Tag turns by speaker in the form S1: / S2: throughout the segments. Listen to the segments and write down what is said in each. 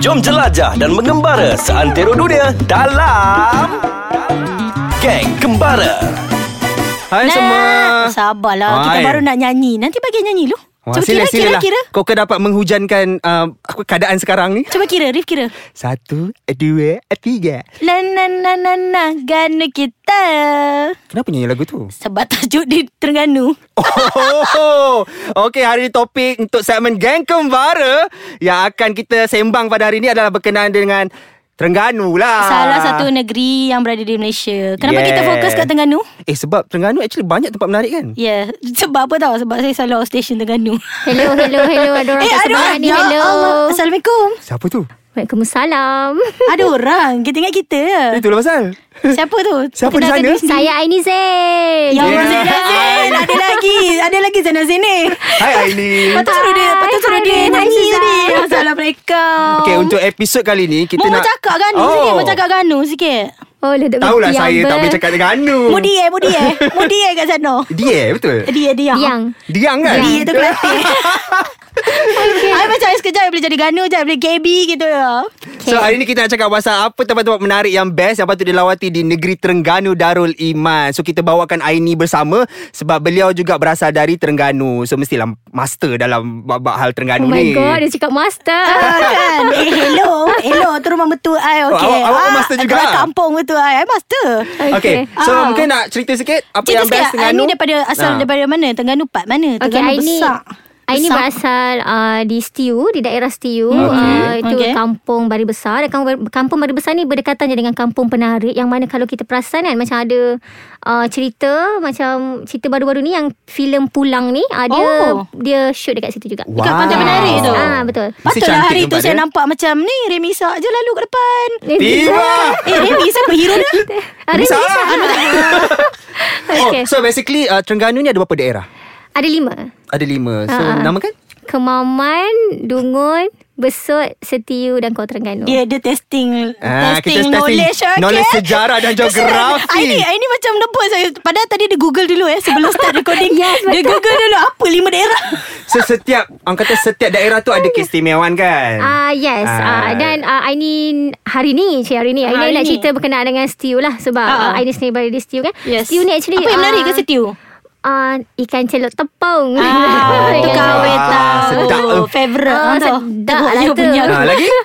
S1: Jom jelajah dan mengembara seantero dunia dalam Geng Kembara.
S2: Hai nah. semua
S3: Sabarlah Kita
S2: Hai.
S3: baru nak nyanyi Nanti bagi nyanyi lu
S2: Wah,
S3: Cuba
S2: sila, sila
S3: kira kira
S2: lah.
S3: kira
S2: Kau ke dapat menghujankan uh, aku keadaan sekarang ni
S3: Cuba kira Rif kira
S2: Satu, dua, tiga
S3: La na na na na Gana kita
S2: Kenapa nyanyi lagu tu?
S3: Sebab tajuk di Terengganu
S2: Oh, Okey, hari ni topik untuk segmen Geng Kembara Yang akan kita sembang pada hari ni adalah berkenaan dengan Terengganu lah
S3: Salah satu negeri yang berada di Malaysia Kenapa
S2: Yeah.
S3: kita fokus kat Terengganu?
S2: Eh, sebab Terengganu actually banyak tempat menarik kan?
S3: Ya, yeah. sebab apa tau? Sebab saya selalu out station Terengganu.
S4: Hello, hello, hello. Ada orang kat sebelah ni.
S3: ya
S4: Hello.
S3: Allah. Assalamualaikum.
S2: Siapa tu?
S4: Waalaikumsalam.
S3: Ada orang. Kita ingat kita.
S2: Itulah pasal
S3: Siapa tu?
S2: Siapa di
S3: Kenal
S2: sana?
S3: gadis ni?
S4: Saya Aini Zain.
S3: Ya Allah,
S2: Yeah.
S3: Zainal Zain. Ada lagi. Ada lagi Zainal Zain ni.
S2: Hai Aini
S3: Patut suruh dia,
S4: Hai,
S3: patut suruh
S4: hai,
S3: dia
S4: hai,
S3: nyanyi
S4: Zainal.
S3: tadi. Masalah mereka.
S2: Okey, untuk episod kali ni kita
S3: Mau
S2: nak Hmm.
S3: bercakap kan? Oh. Sikit mau cakap kan? Sikit.
S4: Oh, leduk
S2: Tahulah saya tak boleh cakap Terengganu
S3: Mudi eh, mudi eh. Mudi eh kat sana.
S2: Dia betul?
S3: Dia, dia.
S4: Yang.
S2: Diang kan?
S3: Dia tu kelati. Okay. I macam I sekejap I boleh jadi Ganu je I boleh KB gitu ya.
S2: So hari ni kita nak cakap pasal apa tempat-tempat menarik yang best yang patut dilawati di negeri Terengganu Darul Iman. So kita bawakan Aini bersama sebab beliau juga berasal dari Terengganu. So mestilah master dalam bab-bab hal Terengganu
S4: Oh my
S2: ni.
S4: god, dia cakap master.
S3: Ah, kan Eh hello Hello tu rumah mertua I okay.
S2: Oh, awak- awak pun master juga? lah.
S3: Rumah Ah, kampung mertua I I master
S2: Okay.
S4: Okay.
S2: So
S3: Ah.
S2: mungkin nak cerita sikit apa
S3: Cerita
S2: yang best
S3: sikit I
S2: Terengganu?
S3: ni daripada Asal
S2: Ah.
S3: daripada mana Tengganu part mana
S4: Okay,
S3: Tengganu
S4: Aini.
S3: besar
S4: Aini
S3: Besar.
S4: berasal uh, di Stiu, di daerah Stiu.
S2: Okay.
S4: Uh, itu
S3: Okay.
S4: kampung Bari Besar. Dan kampung, kampung Bari Besar ni berdekatan je dengan kampung penarik. Yang mana kalau kita perasan kan, macam ada uh, cerita, macam cerita baru-baru ni yang filem Pulang ni. Uh, dia
S3: Oh.
S4: dia shoot dekat situ juga.
S2: Wow. Dekat
S3: Pantai Menarik tu?
S4: Ah, betul.
S2: Mesti
S3: Patutlah
S2: cantik
S3: hari tu
S2: nampak
S3: saya
S2: dia.
S3: nampak macam ni Remy Sak je lalu ke depan
S2: Tiba.
S3: Eh Remy siapa hero Ah, dia?
S4: Hari
S2: Bisa.
S4: ni
S2: Oh,
S4: Okay.
S2: so basically uh, Terengganu ni ada berapa daerah?
S4: ada lima.
S2: Ada lima. So
S4: Ah.
S2: nama kan?
S4: Kemaman, Dungun, Besut, Setiu dan Kota Terengganu.
S3: Dia dia testing
S2: Ah, kita
S3: testing,
S2: testing
S3: knowledge okay.
S2: knowledge sejarah dan geografi.
S3: Ini ini macam nebus saya. Padahal tadi dia Google dulu eh sebelum start recording.
S4: Yes,
S3: dia Google dulu apa lima daerah.
S2: So setiap Orang kata setiap daerah tu Ada keistimewaan kan
S4: Ah uh, yes
S2: Ah.
S4: uh, Dan uh, Aini Hari ni Cik hari ni Aini
S3: Hari
S4: nak
S3: ni.
S4: cerita Berkenaan dengan stew lah Sebab
S3: Ah.
S4: uh, Aini sendiri Bari di stew kan
S3: Yes.
S4: Stew ni actually ah.
S3: Apa yang menarik ke stew?
S4: Uh, ikan celok tepung
S3: Ah, tu
S2: ya.
S3: kau
S2: Ah,
S3: eh
S2: sedap.
S3: tahu. Favorite
S4: Ah,
S3: ah, tau.
S4: sedap
S3: Tengok
S4: lah
S3: dia
S4: tu.
S3: punya.
S2: Ah, Lagi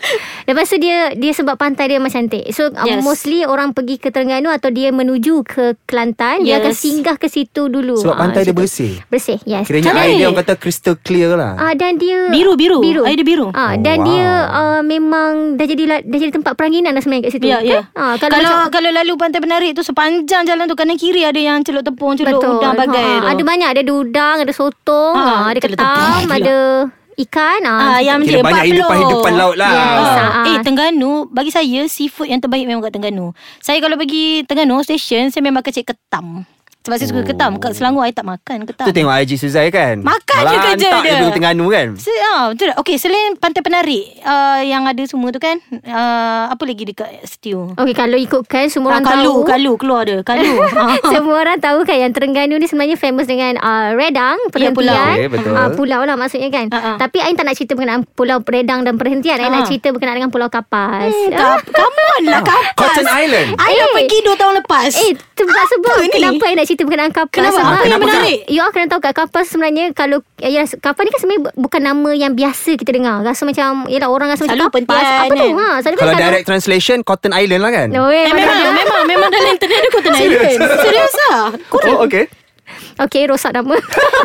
S4: Lepas tu dia dia sebab pantai dia macam cantik. So
S3: Yes.
S4: yes. mostly orang pergi ke Terengganu atau dia menuju ke Kelantan,
S3: Yes.
S4: dia akan singgah ke situ dulu.
S2: Sebab
S4: Ah,
S2: pantai dia
S4: situ.
S2: bersih.
S4: Bersih, yes.
S2: Kiranya
S3: Cantik.
S2: air dia Orang kata crystal clear lah
S4: Ah dan dia
S3: Biru, biru.
S4: biru.
S3: Air dia biru.
S2: Oh,
S4: Ah dan
S2: wow.
S4: dia uh, memang dah jadi la- dah jadi tempat peranginan lah sebenarnya kat situ.
S3: Ya,
S4: kan?
S3: ya.
S4: Ah
S3: kalau kalau, macam, kalau lalu pantai menarik tu sepanjang jalan tu kanan kiri ada yang celup tepung, celup
S4: betul.
S3: udang bagai
S4: Ah,
S3: tu.
S4: ada banyak ada udang, ada sotong,
S3: Ah,
S4: ah, ada
S3: kalau
S4: ketam,
S3: tepung pula.
S4: ada ikan.
S3: Ah, yang
S2: Kira
S3: je
S2: banyak
S3: 40.
S2: hidupan-hidupan laut lah
S4: Yes,
S3: Ah.
S4: ah.
S3: Eh Tengganu Bagi saya Seafood yang terbaik Memang kat Tengganu Saya kalau pergi Tengganu station Saya memang akan cek ketam Sebab saya suka
S2: Oh.
S3: ketam Kat Selangor saya tak makan ketam
S2: Tu tengok IG Suzai kan
S3: Makan je kerja
S2: Melantak
S3: dia.
S2: dia Terengganu kan
S3: Se- ah, betul tak? Okay selain Pantai Penarik uh, Yang ada semua tu kan uh, Apa lagi dekat Stew
S4: Okey kalau ikutkan
S3: Ah,
S4: semua Oh, orang
S3: Kalu
S4: tahu.
S3: Kalu keluar dia Kalu Ah.
S4: Semua orang tahu kan yang Terengganu ni sebenarnya famous dengan uh, Redang, perhentian.
S3: pulau.
S2: Ya, Okey, betul.
S4: Ah, pulau lah maksudnya kan.
S3: Ah, ah.
S4: Tapi Ain tak nak cerita berkenaan pulau Redang dan perhentian. Ain
S3: Ah. Eh,
S4: nak cerita berkenaan dengan pulau Kapas. Ah.
S3: Kap- Come on lah Kapas
S2: Ah, Cotton Island.
S3: I dah
S4: Eh.
S3: pergi 2 tahun lepas
S4: Eh, sebab sebab
S3: ni?
S4: kenapa Ain nak cerita berkenaan Kapas? Ah,
S3: Kenapa?
S4: Sebab
S3: Apa yang
S2: Kenapa,
S3: menarik?
S4: You all Ya, kena tahu kat Kapas sebenarnya kalau ya, Kapas ni kan sebenarnya bu- bukan nama yang biasa kita dengar. Rasa macam yalah orang rasa
S3: Selalu
S4: macam Kapas.
S3: perhentian
S4: Apa tu?
S3: kan?
S4: Ha, selalu
S2: Kalau direct translation Cotton Island lah kan
S4: No, eh,
S3: Eh, memang,
S4: mana-
S3: memang, memang dalam internet ada Cotton Island Serius lah
S2: Oh okay
S4: Okay, rosak nama.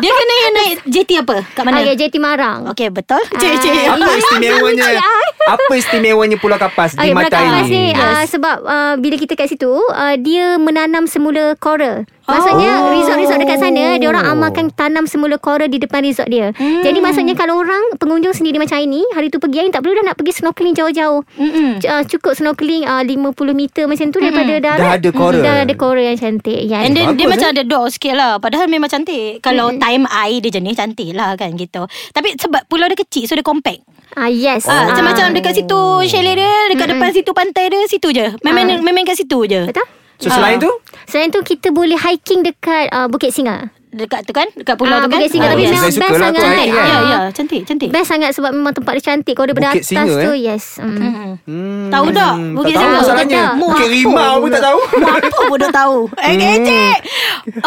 S3: Dia kena yang naik JT apa? Kat mana?
S4: Okay, JT Marang.
S3: Okey, betul. Cik, cik.
S4: ya, Ah,
S2: Apa
S4: Ini
S2: istimewanya
S4: sama cik,
S2: Apa istimewanya Pulau Kapas Di
S4: Okay,
S2: mata
S4: belakang
S2: Aini
S4: Mas ni uh, sebab uh, bila kita kat situ uh, dia menanam semula coral. Maksudnya
S3: Oh.
S4: resort-resort dekat sana dia orang amalkan tanam semula coral di depan resort dia. Hmm. Jadi maksudnya kalau orang pengunjung sendiri macam ini hari tu pergi Ain tak perlu dah nak pergi snorkeling jauh-jauh.
S3: Mm-mm.
S4: C- Uh, cukup snorkeling uh, 50 meter macam tu daripada darat.
S2: Dah ada coral.
S4: Dah ada coral yang cantik. Ya.
S3: And then
S2: Bagus,
S3: dia
S2: eh?
S3: macam ada dog sikit lah Padahal memang cantik Kalau time I dia jenis cantik lah kan gitu Tapi sebab pulau dia kecil So dia compact
S4: Ah yes.
S3: ah, Macam-macam dekat situ Chalet dia Dekat depan situ pantai dia Situ je Main-main main kat situ je
S4: Betul?
S2: So selain tu
S4: Selain tu kita boleh hiking dekat uh, Bukit Singa.
S3: dekat tu kan, dekat pulau
S4: Ah,
S3: tu kan.
S4: Bukit Singa.
S3: Ah,
S4: Tapi
S2: yes.
S4: memang
S2: Saya suka lah
S4: best
S2: tu,
S4: sangat.
S2: cantik
S3: Ya,
S2: kan?
S4: Ah.
S3: ya, ya, cantik, cantik.
S4: Best sangat sebab memang tempat dia cantik. Kalau daripada
S2: Bukit
S4: atas
S2: Singa,
S4: tu,
S2: eh?
S4: yes. Mm.
S3: Mm-mm. Hmm. Tahu tak?
S2: Hmm, tak tahu
S3: Bukit Singa.
S2: masalahnya.
S4: Tak tahu.
S2: Bukit
S3: Apa
S2: Rimau pun tak tahu.
S3: Mu apa pun dah tahu. Eh, kecek.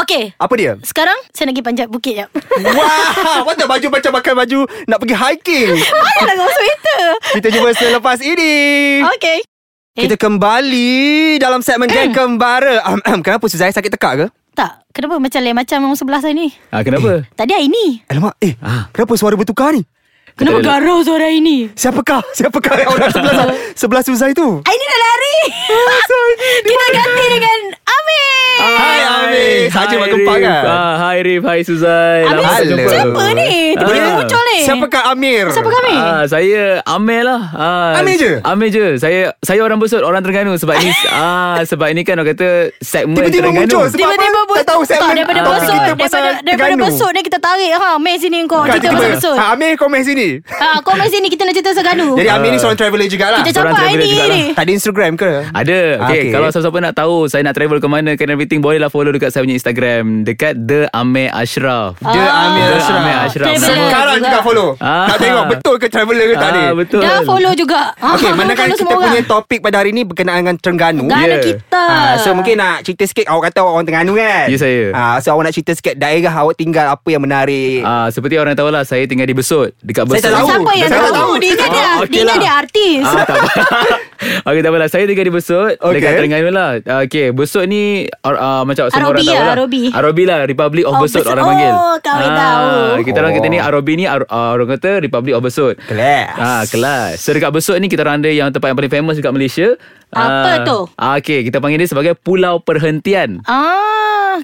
S3: Okay.
S2: Apa dia?
S3: Sekarang saya nak pergi panjat bukit jap.
S2: Wah, what the baju macam pakai baju nak pergi hiking.
S3: Ayahlah kau sweater.
S2: Kita jumpa selepas ini.
S3: Okay. Eh. Hmm.
S2: Kita kembali dalam segmen Geng Kembara. Ahem, Kenapa Suzai sakit tekak ke?
S3: Tak, kenapa macam lain macam orang sebelah saya ni?
S5: Ah, kenapa?
S3: Tadi Aini.
S2: Alamak, eh,
S5: Ah.
S2: kenapa suara bertukar ni?
S3: Kenapa
S5: Tak ada-
S3: garau suara ini?
S2: Siapakah? Siapakah yang orang sebelah sebelah Suzai tu?
S3: Aini dah lari. Kita ganti dengan Amir.
S2: Hai Amir. Saja mak
S5: Hai,
S2: kempang
S5: Rif.
S2: kan?
S5: Ah, hai Rif, hai Suzai.
S3: Amir
S5: Lama tak
S2: Hello.
S5: jumpa.
S3: siapa ni? Tiba-tiba
S5: Ah.
S3: muncul ni.
S2: Siapakah Amir?
S3: Siapakah Amir?
S5: Ah, saya Amir lah. Ah,
S2: Amir je?
S5: Amir je. Saya saya orang besut, orang Terengganu sebab ni ah sebab ini kan orang kata segmen
S2: Tiba-tiba
S5: Terengganu.
S2: muncul sebab
S3: Tiba-tiba
S2: apa? Tak tahu segmen
S3: tak, daripada
S5: topik
S3: besut
S5: kita
S2: pasal
S3: daripada, daripada
S2: Terengganu.
S3: besut ni kita tarik ha Mei sini kau
S2: Bukan,
S3: cerita
S2: tiba-tiba.
S3: pasal besut
S2: Ha, Amir komen sini.
S3: ha kau Mei sini kita nak cerita pasal ganu
S2: Jadi
S5: Uh.
S2: ah, Amir ni seorang traveller jugalah.
S3: Oh. kita
S5: seorang
S3: capai
S5: traveller
S3: ni
S5: jugalah.
S3: ni
S2: Tak ada Instagram ke?
S5: Ada. Okay, okay. Kalau siapa-siapa nak tahu saya nak travel ke mana and everything, bolehlah follow dekat saya punya Instagram. Dekat The Amir Ashraf.
S2: The Amir
S5: The
S2: Ashraf.
S5: Amir Ashraf.
S3: Traveller
S2: Sekarang juga follow.
S5: Ah.
S2: Nak tengok betul ke traveller ke tak ada.
S5: Ah, betul.
S3: dah follow juga ha,
S2: Okey, manakala
S3: follow
S2: kita
S3: semua
S2: punya
S3: orang.
S2: topik pada hari ni berkenaan dengan Terengganu.
S3: Gana
S5: Yeah.
S3: kita
S2: Ah, so mungkin nak cerita sikit Awak kata awak orang Terengganu kan
S5: Ya, saya.
S2: ah, So awak nak cerita sikit Daerah awak tinggal Apa yang menarik
S5: Ah, seperti orang tahu lah saya tinggal di Besut, dekat
S2: Saya
S5: Besut.
S2: tak tahu.
S3: Siapa yang
S2: Saya
S3: tahu?
S2: tak tahu.
S3: Dia kan dia,
S5: Ah,
S3: dia,
S5: okey
S3: kan
S5: lah.
S3: dia artis.
S5: Ah, tak apa. Okey, tak apalah. Saya tinggal di Besut, okay. dekat
S2: Okey.
S5: Terengganu lah. Ah, Okey, Besut ni uh, uh, macam semua
S3: Arobi
S5: orang tahu
S3: lah,
S5: lah.
S3: Arobi.
S5: Arobi lah, Republic of
S3: Oh,
S5: Besut
S3: Besut.
S5: orang
S3: Oh,
S5: panggil. Ah,
S3: kau tahu.
S5: Kita orang kata ni Arobi ni Ar- ah, orang kata Republic of Besut.
S2: Oh. Kelas.
S5: Ah, kelas. So dekat Besut ni kita orang ada yang tempat yang paling famous dekat Malaysia.
S3: Apa
S5: Ah,
S3: tu?
S5: Ah, Okey, kita panggil dia sebagai Pulau Perhentian.
S3: Ah,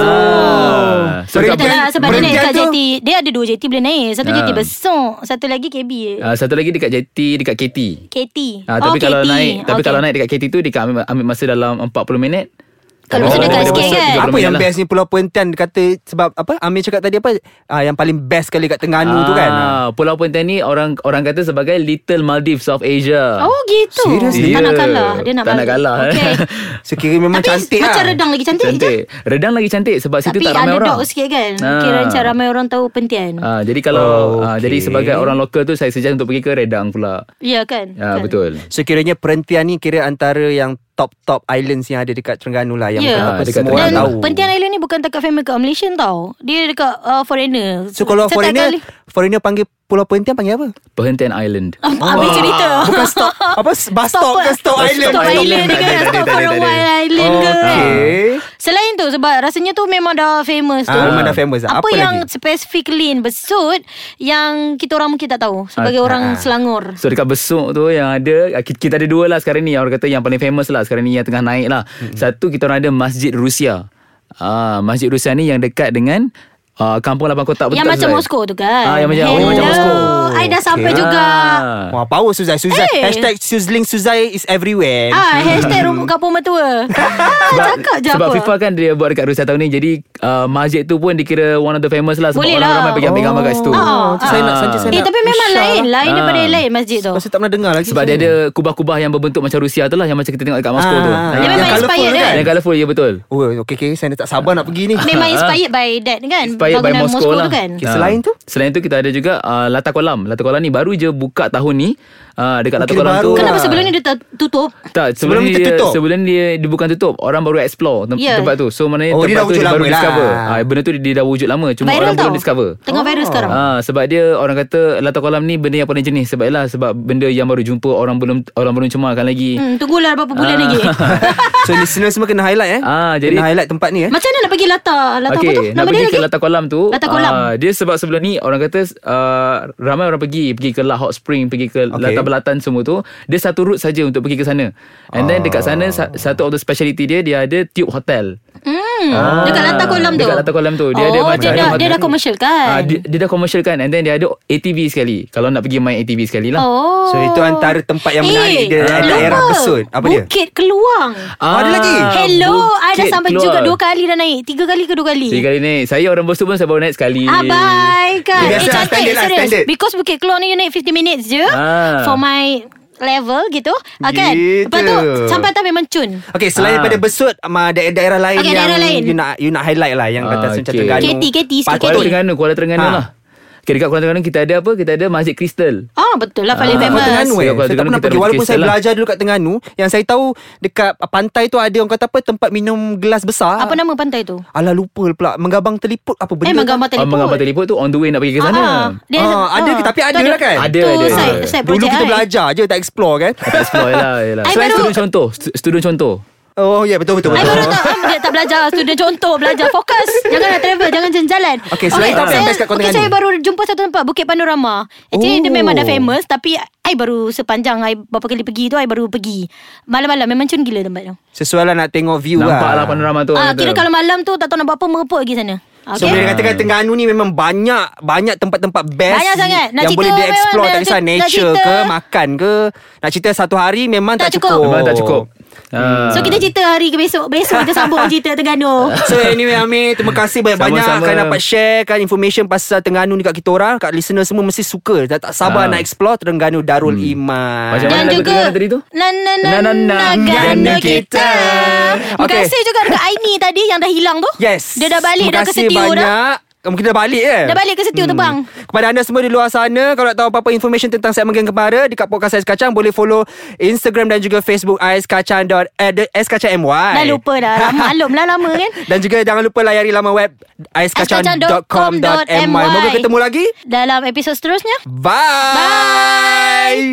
S2: Oh.
S5: Ah. So,
S3: Kita
S5: dekat
S3: tak
S2: Berhentian-
S3: nak sebab dia naik
S2: berhentian
S3: kat
S2: Oh. tu-
S3: jeti. Dia ada dua jeti boleh naik. Satu
S5: Ah.
S3: jeti besok, satu lagi KB.
S5: Ah, satu lagi dekat JT, dekat KT.
S3: KT.
S5: Ah, tapi
S3: Oh,
S5: kalau
S3: KT.
S5: naik tapi
S3: Okey.
S5: kalau naik dekat KT tu dia ambil, ambil masa dalam 40 minit.
S3: Kalau
S5: Ah,
S2: besut dekat sikit
S5: besut
S3: kan?
S5: 30
S2: Apa
S5: minit
S2: yang
S5: lah.
S2: best ni Pulau Pentian dia kata Sebab apa Amir cakap tadi apa ah, Yang paling best kali Kat Terengganu tu kan
S5: Ah, Pulau Pontian ni orang orang kata sebagai Little Maldives of Asia.
S3: Oh gitu.
S2: Seriously?
S3: Tak nak
S5: Ya,
S3: kalah. Dia nak
S5: tak nak
S3: balik.
S5: kalah. eh.
S3: Okey.
S2: So kira memang
S3: Tapi
S2: cantik
S3: macam
S2: lah.
S3: redang lagi cantik, cantik.
S5: cantik. Redang lagi cantik sebab
S3: Tapi
S5: situ tak ramai
S3: underdog
S5: orang.
S3: sikit kan.
S5: Ah.
S3: Kira macam ramai orang tahu pentian.
S5: Ah, jadi kalau
S2: Oh,
S5: oh, ah, jadi
S2: okay.
S5: sebagai orang lokal tu saya suggest untuk pergi ke Redang pula.
S3: Ya kan?
S5: Ah,
S3: Kan?
S5: betul.
S2: So kiranya Perhentian ni Kira antara yang Top-top islands yang ada Dekat Terengganu lah Yang
S3: Ya.
S2: yeah. apa
S5: Ah, dekat
S2: semua orang
S3: Dan
S2: tahu
S3: Pentian Island ni bukan dekat family kat Malaysian tau. Dia dekat uh, foreigner.
S2: So kalau
S3: Setiap
S2: foreigner
S3: kali-
S2: Foreigner panggil Pulau Perhentian panggil apa?
S5: Perhentian Island.
S3: Ah, Habis cerita.
S2: Bukan stop Apa Bus stop ke stop
S3: Stop
S2: island
S3: Stop
S5: Island.
S3: Island ni
S5: Tak
S3: kan.
S5: ada, tak ada,
S3: Stop for
S5: tak ada,
S3: a
S5: tak ada.
S3: while Island
S5: Oh,
S3: ke.
S5: ah.
S2: Okay
S3: Selain tu sebab rasanya tu memang dah famous tu.
S2: Ah, memang dah famous lah.
S3: Apa,
S2: Apa
S3: yang
S2: lagi?
S3: specifically in Besut yang kita orang mungkin tak tahu sebagai
S5: Ah,
S3: orang
S2: ah, ah.
S3: Selangor.
S5: So dekat Besok tu yang ada ah, ki- Kita ada dua lah sekarang ni Yang orang kata yang paling famous lah Sekarang ni yang tengah naik lah
S2: Hmm.
S5: Satu kita orang ada Masjid Rusia ah, Masjid Rusia ni yang dekat dengan ah, Kampung Lapan Kotak
S3: Yang
S5: betul tak,
S3: macam
S5: Zai?
S3: Moskow tu kan.
S5: Ah, yang macam- oh,
S3: Hello.
S5: macam Moskow.
S3: I dah sampai
S2: Okay.
S3: juga.
S5: Ah.
S2: Wah power Suzai Suzai
S3: Eh.
S2: Hashtag Suzling Suzai is everywhere
S3: Ah, hashtag rumah kampung mertua. Ah, cakap je
S5: sebab
S3: apa.
S5: FIFA kan dia buat dekat Rusia tahun ni Jadi uh, masjid tu pun dikira one of the famous lah Sebab
S3: Boleh
S5: orang
S3: lah.
S5: ramai pergi ambil gambar kat situ
S3: Ah,
S2: tu saya nak- saja saya
S3: Eh
S2: nak
S3: tapi memang
S2: usah
S3: lain
S2: lah.
S3: Lain daripada
S5: Ah.
S3: lain masjid tu
S2: Masa tak pernah dengar lagi
S5: Sebab dia ada kubah-kubah yang berbentuk macam Rusia tu lah Yang macam kita tengok dekat Moskow tu
S2: Ah,
S5: Ah.
S3: Dia memang
S2: colourful
S3: inspired kan?
S5: Yang colourful ya betul
S2: Oh, okay, okay. Saya dah tak sabar nak pergi ni.
S3: Memang inspired by that kan
S5: Inspired by
S3: Bangunan
S5: Moscow, lah.
S3: tu kan
S2: Okay, selain tu?
S5: Selain tu kita ada juga uh, Lata Kolam Lata Kolam ni baru je buka tahun ni uh, Dekat Lata
S2: Kira
S5: Kolam tu
S2: baru
S3: Kenapa
S2: Ah.
S3: sebelum ni dia ter- tutup
S2: Sebelum
S5: Tak, sebelum,
S2: ni
S5: ni dia,
S2: tertutup?
S5: sebelum dia, dia bukan tutup. Orang baru explore tem-
S3: Ya.
S5: yeah. tempat tu. So maknanya
S2: Oh, dia dah
S5: tempat tu
S2: wujud
S5: dia baru
S2: lama lah.
S5: discover. Ha, benda tu dia, dia dah wujud lama. Cuma
S3: Viral
S5: orang
S3: tau
S5: belum discover.
S3: Tengah viral sekarang
S5: Ha, sebab dia orang kata latar kolam ni benda yang paling jenis sebab ialah sebab benda yang baru jumpa orang belum orang belum cemarkan lagi.
S3: Hmm, tunggulah berapa bulan
S5: Ah.
S3: lagi.
S2: So, listener semua kena highlight eh.
S5: Ah, jadi-
S2: kena highlight tempat ni eh.
S3: Macam mana nak pergi latar? Latar
S5: Okey,
S3: apa tu?
S5: nak
S3: Nama dia
S5: pergi
S3: lagi?
S5: ke latar kolam tu.
S3: Latar kolam.
S5: ah, dia sebab sebelum ni orang kata uh, ramai orang pergi, pergi ke Lahok Spring, pergi ke
S2: Okey.
S5: okay. latar belatan semua tu. Dia satu route saja untuk pergi ke sana. And
S3: Ah.
S5: then dekat sana sa- satu of the speciality dia dia ada tube hotel.
S3: Hmm, dekat latar kolam tu.
S5: ah, Dekat latar kolam tu. Dia
S3: oh,
S5: ada
S3: dia
S5: macam-
S3: dah,
S5: ada-
S3: dia dah commercial
S5: Ah,
S3: kan?
S5: dia, dia dah commercial kan And then dia ada ATV sekali Kalau nak pergi main ATV sekali lah Ah,
S3: Oh. Eh,
S2: So, itu antara tempat yang menarik di daerah-
S3: lupa.
S2: daerah Besut. Apa dia?
S3: Bukit Keluang.
S2: ada lagi? Ah,
S3: Hello, I dah
S5: Bukit
S3: sampai
S5: Keluar.
S3: juga dua kali dah naik. Tiga kali ke dua kali?
S5: Tiga kali naik Saya orang bosu pun saya baru naik sekali
S3: Ah, bye kan.
S2: Biasa lah, standard lah, standard.
S3: Because Bukit Keluang ni you naik 50 minutes je.
S5: Ah.
S3: For my level gitu. Ah, kan?
S2: Gitu.
S3: Lepas tu sampai tak memang cun.
S2: Okay selain
S5: Ah.
S2: daripada besut ma- daerah-daerah lain
S3: Okey,
S2: yang
S3: daerah lain.
S2: you nak you nak highlight lah yang kata
S5: Ah,
S2: macam
S5: okey.
S2: Terengganu.
S3: KT, KT, sikit
S2: Patut.
S5: Kuala
S3: KT.
S5: Terengganu Kuala Terengganu
S2: Ha.
S5: ha. lah okay, Dekat Kuala Terengganu Kita ada apa Kita ada Masjid Kristal
S3: Ah betul lah paling
S5: Ah,
S2: Kuala
S3: famous.
S2: Terengganu eh
S5: Kuala
S2: Saya tak
S5: Terengganu
S2: pernah
S5: kita
S2: pergi
S5: ada
S2: Walaupun
S5: Bukit
S2: saya
S5: Selah.
S2: belajar dulu kat Terengganu Yang saya tahu Dekat pantai tu ada Orang kata apa Tempat minum gelas besar
S3: Apa nama pantai tu?
S2: Alah lupa pula Menggabang teliput Apa benda
S3: eh, Manggambar
S5: Ah,
S3: Telipot.
S5: Menggambar telipot tu On the way nak pergi ke sana
S3: Ah, dia-
S2: Ah, ada ke? Tapi
S3: Tu
S2: ada lah kan?
S5: Ada,
S3: tu
S5: ada.
S3: Side, side
S2: Dulu
S3: project
S2: kita
S3: kan?
S2: belajar je Tak explore kan
S5: Tak explore lah, lah.
S3: I
S5: Selain
S3: baru-
S5: student contoh stu- Student contoh
S2: Oh ya yeah, betul betul
S3: I
S2: betul
S3: baru tak Dia tak belajar Student contoh Belajar fokus Jangan nak travel Jangan jalan-jalan
S2: Okey, selain apa
S3: Okey,
S2: yang
S3: saya-
S2: best kat Kota
S3: okey,
S2: Terengganu?
S3: saya baru jumpa satu tempat Bukit Panorama Actually dia
S2: Oh.
S3: memang dah famous Tapi I baru sepanjang I berapa kali pergi tu I baru pergi Malam-malam Memang cun gila tempat tu
S2: Sesuai lah nak tengok view
S5: Nampak lah
S2: lah
S5: panorama tu
S3: Ah,
S5: orang kata.
S3: Kira kalau malam tu Tak tahu nak buat apa Merepot pergi sana
S2: So
S3: Okay
S2: boleh dikatakan Terengganu ni memang banyak Banyak tempat-tempat best
S3: Banyak sangat. Nak
S2: Yang
S3: cerita
S2: boleh
S3: memang-
S2: di-explore Tak
S3: nak
S2: kisah
S3: cer- nak
S2: nature
S3: cerita.
S2: ke Makan ke Nak cerita satu hari Memang tak,
S3: Tak cukup.
S2: cukup
S5: Memang tak cukup Ah.
S3: Hmm. So kita cerita hari ke besok Besok kita sambung cerita Terengganu
S2: So anyway Amir Terima kasih banyak-banyak
S5: Sama-sama.
S2: Kan dapat share kan Information pasal Terengganu ni Kat kita orang Kat listener semua Mesti suka Dah tak sabar
S5: Ah. Hmm.
S2: nak explore Terengganu Darul Iman
S5: Macam mana
S3: Dan
S5: lagu
S3: juga
S5: Terengganu tadi tu?
S3: Na na na
S5: Na, na, na,
S3: Gana
S5: Gana
S3: kita
S2: kita.
S3: Terima
S2: Okay.
S3: kasih juga dekat Aini tadi Yang dah hilang tu
S2: Yes
S3: Dia dah balik dah
S2: Terima
S3: ke
S2: kasih
S3: setiu dah
S2: banyak Mungkin dah balik eh
S3: Dah balik ke setiu
S5: Hmm.
S3: tu bang
S2: Kepada anda semua di luar sana Kalau nak tahu apa-apa information Tentang segmen Geng Kepara Dekat podcast Ais Kacang Boleh follow Instagram dan juga Facebook Ais Kacang dot- eh, the- Ais Kacang MY
S3: Dah lupa dah Ram- Maklum lah lama kan
S2: Dan juga jangan lupa layari laman web aiskacang.com.my
S3: aiskacang.com.my.
S2: Moga ketemu lagi
S3: Dalam episod seterusnya
S2: Bye, Bye.